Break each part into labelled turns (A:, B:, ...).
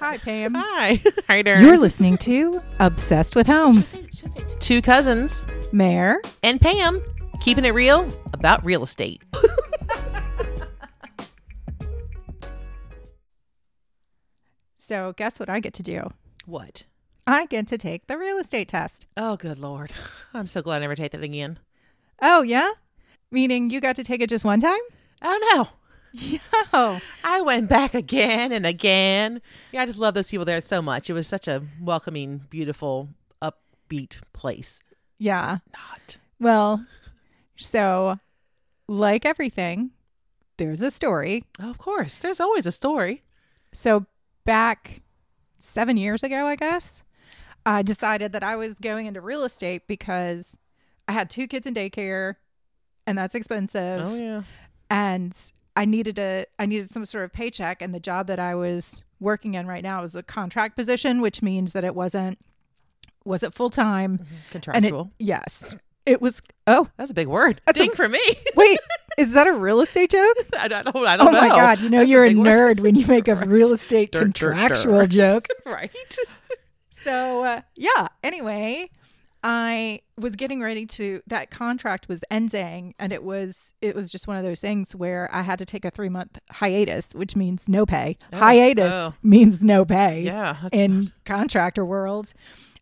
A: Hi, Pam.
B: Hi. Hi, Darren.
A: You're listening to Obsessed with Homes.
B: Two cousins
A: Mayor,
B: and Pam keeping it real about real estate.
A: so guess what I get to do?
B: What?
A: I get to take the real estate test.
B: Oh, good lord. I'm so glad I never take that again.
A: Oh, yeah? Meaning you got to take it just one time?
B: Oh, no.
A: Oh,
B: I went back again and again. Yeah, I just love those people there so much. It was such a welcoming, beautiful, upbeat place.
A: yeah.
B: Not.
A: Well, so like everything, there's a story.
B: Oh, of course. There's always a story.
A: So back seven years ago, I guess, I decided that I was going into real estate because I had two kids in daycare and that's expensive.
B: yeah.
A: and I needed a I needed some sort of paycheck and the job that I was working in right now was a contract position which means that it wasn't was it full time and it
B: Contractual.
A: yes it was oh
B: That's a big word.
A: That's a-
B: Ding for me.
A: wait is that a real estate joke
B: I don't, I don't, I
A: oh
B: don't know.
A: my god you know
B: That's
A: you're a
B: big word.
A: nerd when you make a real estate
B: Dur, dur, dur.
A: contractual joke
B: Right.
A: so uh, yeah anyway i was getting ready to that contract was ending and it was it was just one of those things where i had to take a three month hiatus which means no pay hiatus
B: oh.
A: means no pay
B: Yeah. that's-
A: in contractor world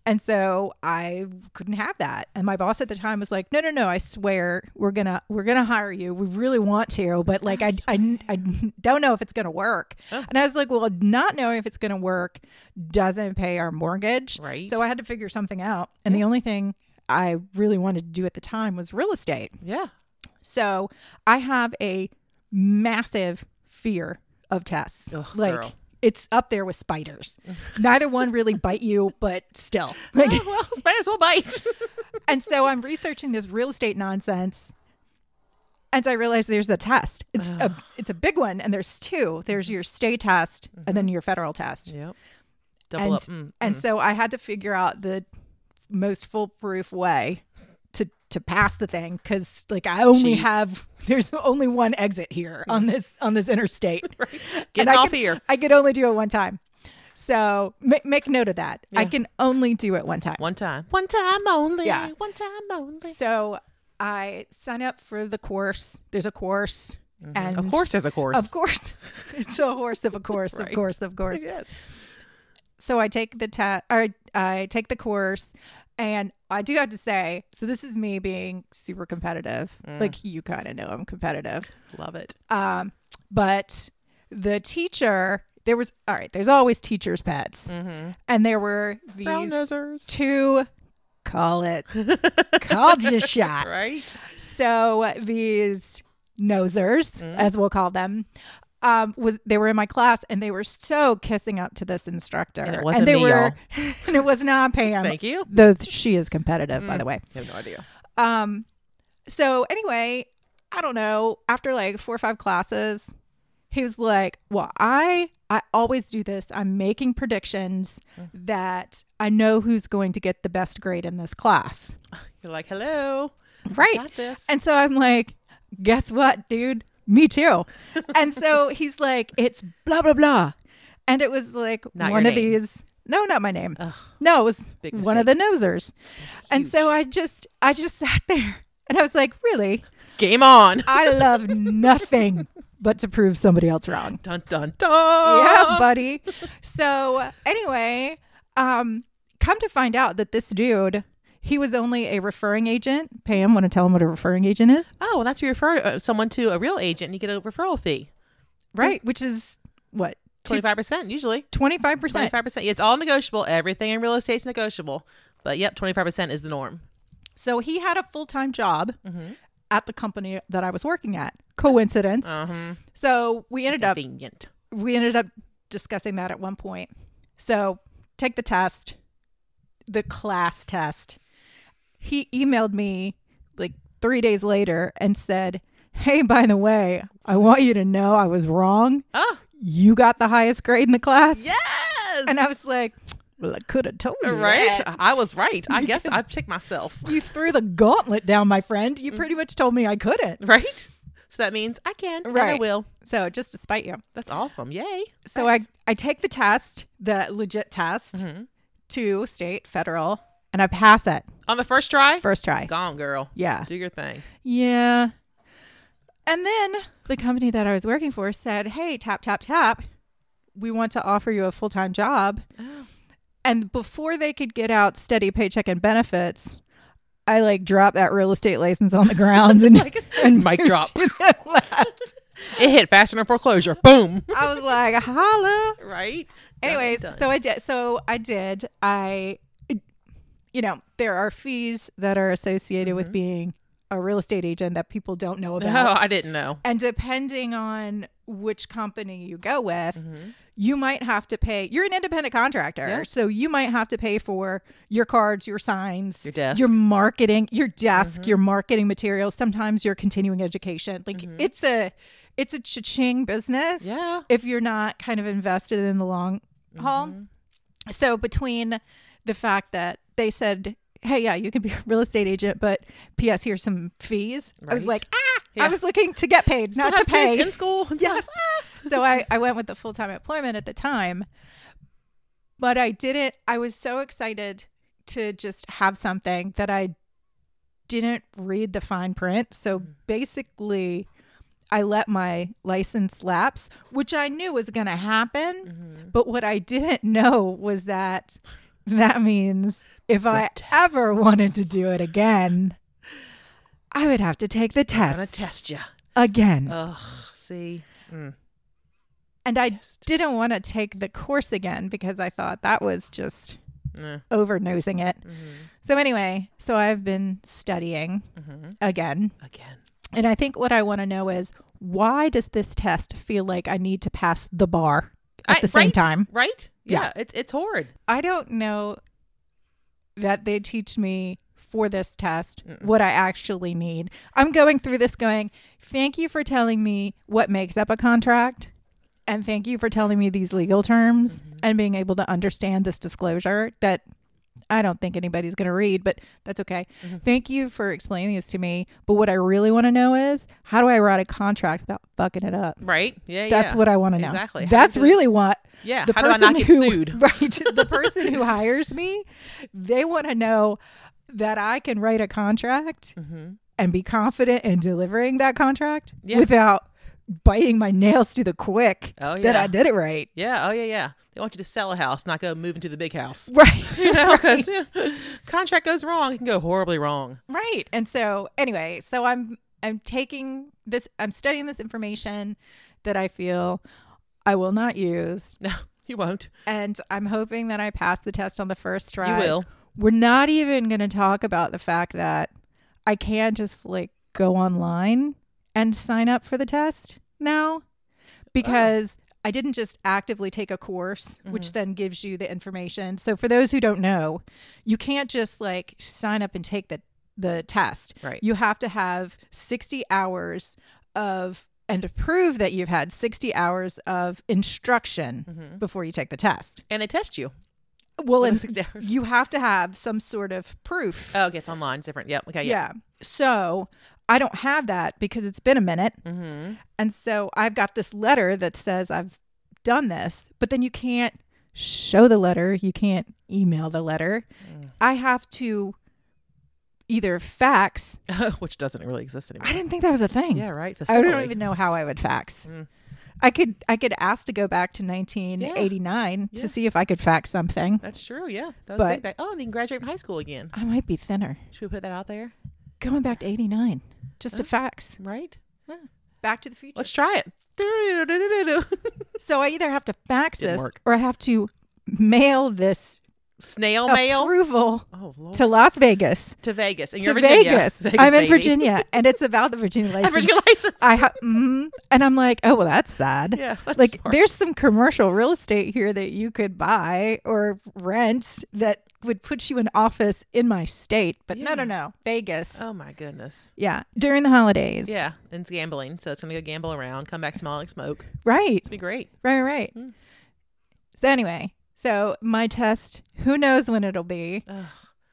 A: and so i couldn't have that and my boss at the time was like no no no i swear we're gonna we're gonna hire you we really want to but like i I, I don't know if it's gonna work
B: Oh.
A: and i was like well not knowing if it's gonna work doesn't pay our mortgage
B: Right.
A: so i had to figure something out and the only thing i really wanted to do at the time was real estate
B: yeah.
A: so I have a massive fear of tests.
B: Ugh,
A: like
B: girl.
A: it's up there with spiders. Neither one really bite you, but still. Like,
B: Oh, well, might as well bite.
A: and so I'm researching this real estate nonsense. And so I realized there's a test. It's a it's a big one, and there's two. There's
B: Mm-hmm.
A: your state test and then your federal test.
B: yep.
A: And,
B: Double up. Mm,
A: and so I had to figure out the most foolproof way to to pass the thing because like I only
B: Cheat.
A: have there's only one exit here on this on this interstate.
B: Getting
A: I
B: Mm. off
A: can,
B: here.
A: I could only do it one time. So make make note of that. I
B: Yeah.
A: can only do it one time.
B: One time. One time only.
A: Yeah.
B: One time only.
A: So I sign up for the course. There's a course, and
B: Of course, there's Mm-hmm. a course.
A: of course, it's a horse of a course, of
B: Right.
A: course, of course.
B: Yes.
A: so I take the test or I take the course and I do have to say, so this is me being super competitive. Like you kind of know I'm competitive.
B: Love it.
A: Um, but the teacher, there was all right, there's always teachers' pets. And there were
B: Brown
A: these
B: nosers.
A: two call it called your shot.
B: Right.
A: So these nosers,
B: Mm.
A: as we'll call them, um, was they were in my class and they were so kissing up to this instructor.
B: And it wasn't
A: they
B: me,
A: were
B: y'all.
A: and it was not Pam.
B: Thank you. Mm.
A: Though she is competitive, by the way.
B: Um, I have no idea.
A: Um so anyway, I don't know, after like four or five classes, he was like, Well, I I always do this. I'm making predictions
B: Mm.
A: that I know who's going to get the best grade in this class.
B: You're like, hello.
A: Right.
B: Got this.
A: And so I'm like, guess what, dude? Me too. and so he's like, it's blah blah blah, and it was like
B: Not
A: one
B: your
A: of
B: name.
A: these. No, not my name.
B: Ugh.
A: No, it was
B: Big
A: one of the nosers. And so I just, I just sat there, and I was like, really,
B: Game on.
A: I love nothing but to prove somebody else wrong.
B: Dun dun
A: Yeah,
B: dun.
A: buddy. So anyway, um, come to find out that this dude. He was only a referring agent. Pam, want to tell him what a referring agent is?
B: oh, well, that's where you refer uh, someone to a real agent and you get a referral fee.
A: right which is what Two-
B: 25% usually.
A: 25%
B: 25%. It's all negotiable. Everything in real estate is negotiable. But yep, 25% is the norm.
A: so he had a full-time job
B: Mm-hmm.
A: at the company that i was working at coincidence
B: Uh-huh.
A: so we ended up
B: Convenient.
A: we ended up discussing that at one point so take the test the class test he emailed me like three days later and said hey by the way i want you to know i was wrong
B: Oh,
A: you got the highest grade in the class
B: yes.
A: and i was like well i could have told you
B: Right?
A: that."
B: I was right. I guess I picked myself.
A: Mm. you threw the gauntlet down, my friend. You pretty much told me I couldn't.
B: Right? So that means I can. and I
A: Right.
B: will.
A: So just to spite you.
B: That's awesome. Yay.
A: So
B: Thanks.
A: I I take the test, the legit test,
B: Mhm.
A: to state, federal, and I pass it
B: on the first try.
A: first try.
B: Gone, girl.
A: Yeah.
B: Do your thing.
A: Yeah. And then the company that I was working for said, "Hey, tap tap tap, we want to offer you a full-time job." And before they could get out steady paycheck and benefits, I like dropped that real estate license on the ground and, and
B: Mic drop.
A: left.
B: It hit faster than foreclosure. Boom.
A: I was like, "Holla!"
B: Right. Done and
A: Anyways,
B: done.
A: so I did. So I did. I, you know, there are fees that are associated with being a real estate agent that people don't know
B: Mm-hmm. no,
A: about.
B: I didn't know.
A: And depending on which company you go with, you might have to pay. You're an independent contractor,
B: Mm-hmm. Yeah.
A: so you might have to pay for your cards, your signs,
B: Your desk. Mm-hmm.
A: your marketing, your desk, your marketing materials. Sometimes your continuing education. Like it's a, it's a cha-ching business.
B: Mm-hmm. Yeah.
A: If you're not kind of invested in the long haul,
B: Mm-hmm.
A: so between the fact that they said. Hey, yeah, you can be a real estate agent, but P.S. Here's some fees. I was
B: Right.
A: like, ah,
B: Yeah.
A: I was looking to get paid, not
B: Still
A: to
B: have kids
A: pay.
B: in school. It's
A: Yes.
B: like, ah.
A: so I, I went with the full time employment at the time. But I did it. I was so excited to just have something that I didn't read the fine print. So basically, I let my license lapse, which I knew was going to happen.
B: mm,
A: But what I didn't know was that that means if I ever wanted to do it again, I would have to take the
B: I'm gonna
A: test
B: test you.
A: again.
B: Ugh. See. Mm.
A: And I
B: Just-
A: didn't want to take the course again because I thought that was just
B: Eh.
A: overnosing it.
B: Mm-hmm.
A: So, anyway, so I've been studying
B: Mm-hmm.
A: again.
B: Again.
A: And I think what I want to know is why does this test feel like I need to pass the bar at
B: I-
A: the same
B: right?
A: time?
B: Right. Yeah.
A: Yeah.
B: It's it's horrid.
A: I don't know that they teach me for this test what I actually need. I'm going through this going, thank you for telling me what makes up a contract. And thank you for telling me these legal terms
B: Mm-hmm.
A: and being able to understand this disclosure that I don't think anybody's going to read, but that's okay.
B: Mm-hmm.
A: Thank you for explaining this to me. But what I really want to know is how do I write a contract without fucking it up?
B: Right. Yeah.
A: That's
B: yeah.
A: what I want to know.
B: Exactly. How do
A: That's
B: you-
A: really what
B: Yeah.
A: the
B: How do I
A: person
B: not get
A: who,
B: sued?
A: Right. The person who hires me, they want to know that I can write a contract and be confident in delivering that contract
B: Mm-hmm. Yeah.
A: without biting my nails to the quick
B: Oh,
A: that
B: yeah.
A: I did it right.
B: Yeah. Oh yeah. Yeah. They want you to sell a house, not go move into the big house.
A: Right.
B: You know, because contract goes wrong, it can go horribly wrong.
A: Right. And so anyway, so I'm I'm taking this I'm studying this information that I feel I will not use
B: No, you won't.
A: and I'm hoping that I pass the test on the first try.
B: You will.
A: We're not even going to talk about the fact that I can just like go online and sign up for the test now because I didn't just actively take a course, which then gives you the information. So for those who don't know, you can't just like sign up and take the the test.
B: Right.
A: You have to have 60 hours of and to prove that you've had 60 hours of instruction before you take the test.
B: And they test you.
A: Well,
B: Well,
A: and
B: the 60 hours.
A: you have to have some sort of proof.
B: Oh, okay, it's online. It's different. Yep. Okay.
A: yeah.
B: Yeah.
A: So I don't have that because it's been a minute.
B: Mm-hmm.
A: And so I've got this letter that says I've done this, but then you can't show the letter. You can't email the letter.
B: Mm.
A: I have to either fax.
B: Which doesn't really exist anymore.
A: I didn't think that was a thing.
B: yeah. Right.
A: I
B: Facility.
A: don't even know how I would fax.
B: Mm.
A: I could I could ask to go back to 1989
B: Yeah.
A: to see if I could fax something.
B: That's true. Yeah. That was
A: But-
B: big back. Oh, and you can graduate from high school again.
A: I might be thinner.
B: Should we put that out there?
A: Going back to 89 just to fax.
B: Right.
A: Back to the future.
B: Let's try it.
A: So I either have to fax
B: Didn't
A: this
B: work.
A: or I have to mail this
B: Snail Oh, mail.
A: approval
B: Oh Lord. To,
A: to Las Vegas.
B: Vegas. And
A: To
B: you're in Virginia.
A: Vegas. I'm in
B: baby.
A: Virginia and it's about the Virginia
B: I have
A: license.
B: Virginia license.
A: I ha- mm, and I'm like, oh well that's sad.
B: yeah. That's
A: like
B: smart.
A: there's some commercial real estate here that you could buy or rent that would put you in office in my state. But no no
B: Yeah.
A: no. Vegas.
B: Oh my goodness.
A: Yeah. During the holidays.
B: Yeah, and it's gambling, so it's gonna go gamble around, come back smell like smoke.
A: Right.
B: It's be great.
A: Right, right.
B: Mm.
A: So anyway, so my test, who knows when it'll be.
B: Ugh.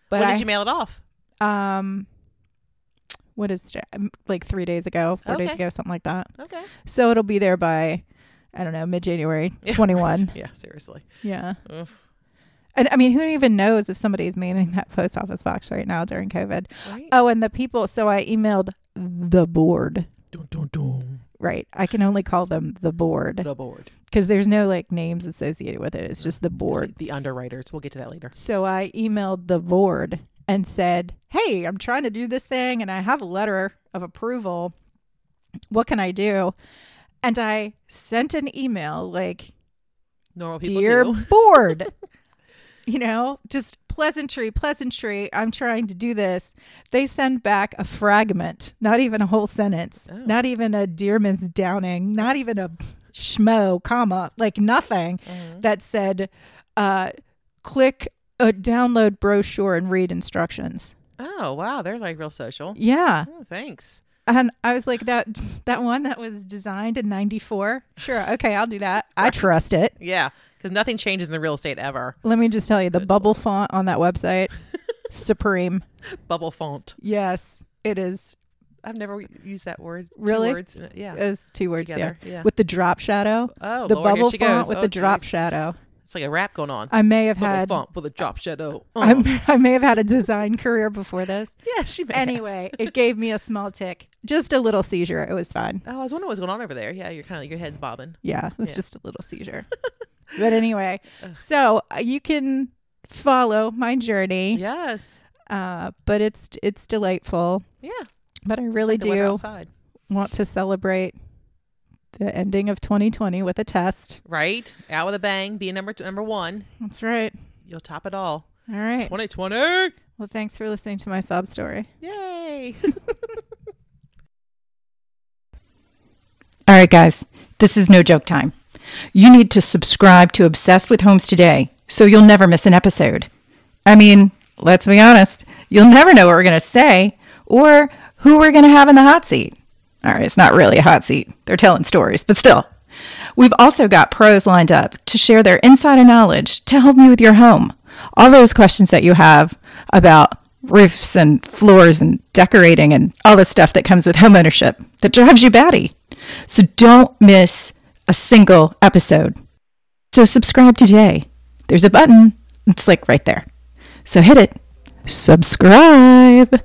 A: But
B: when
A: I,
B: did you mail it off?
A: um what is today? Um, like three days ago, four days
B: Okay.
A: ago, something like that.
B: Okay.
A: So it'll be there by, I don't know, mid January 21.
B: Yeah, seriously.
A: yeah.
B: Oof.
A: And I mean, who even knows if somebody's manning that post office box right now during COVID?
B: Right?
A: Oh, and the people. So I emailed the board.
B: Dun, dun, dun.
A: Right. I can only call them the board
B: The board.
A: because there's no like names associated with it. It's just the
B: It's
A: board.
B: like the underwriters. We'll get to that later.
A: So I emailed the board and said, Hey, I'm trying to do this thing and I have a letter of approval. What can I do? And I sent an email like,
B: Normal people
A: Dear
B: do.
A: board, you know, just pleasantry, pleasantry. I'm trying to do this. They send back a fragment, not even a whole sentence,
B: Oh.
A: not even a Dear Ms. Downing, not even a schmo, comma, like nothing
B: Mhm.
A: that said, uh, click uh, download brochure and read instructions.
B: Oh, wow. They're like real social.
A: Yeah.
B: Oh, thanks.
A: And I was like, that that one that was designed in 94. Sure. Okay. I'll do that. I trust it.
B: Yeah. Because nothing changes in the real estate ever.
A: Let me just tell you the bubble font on that website, supreme.
B: Bubble font.
A: Yes. It is.
B: I've never used that word. Two
A: Really?
B: words in it. Yeah.
A: It's two words
B: Together,
A: there.
B: yeah.
A: With the drop shadow.
B: Oh,
A: the
B: Lord, here
A: bubble
B: she
A: font
B: goes.
A: with
B: Oh,
A: the drop
B: geez.
A: shadow.
B: It's like a rap going on.
A: I may have
B: Bubble
A: had.
B: font with a drop shadow. Oh.
A: I, I may have had a design career before this.
B: yeah, she may have.
A: Anyway, it gave me a small tick, just a little seizure. It was fine.
B: Oh, I was wondering what's going on over there. Yeah, you're kind of your head's bobbing.
A: Yeah, it's
B: Yeah.
A: just a little seizure. but anyway, so uh, you can follow my journey,
B: Yes.
A: uh, but it's it's delightful.
B: Yeah.
A: But I
B: Just
A: really
B: like the weather
A: do
B: outside.
A: want to celebrate the ending of 2020 with a test.
B: Right? Out with a bang. Be number two, number one.
A: That's right.
B: You'll top it all.
A: All right.
B: 2020.
A: Well, thanks for listening to my sob story.
B: Yay.
C: All right, guys, this is no joke time. You need to subscribe to Obsessed with Homes today so you'll never miss an episode. I mean, let's be honest, you'll never know what we're going to say or who we're going to have in the hot seat. All right, it's not really a hot seat, they're telling stories, but still. We've also got pros lined up to share their insider knowledge to help you with your home. All those questions that you have about roofs and floors and decorating and all the stuff that comes with homeownership that drives you batty. So don't miss a single episode. So subscribe today. There's a button. It's like right there. So hit it. Subscribe.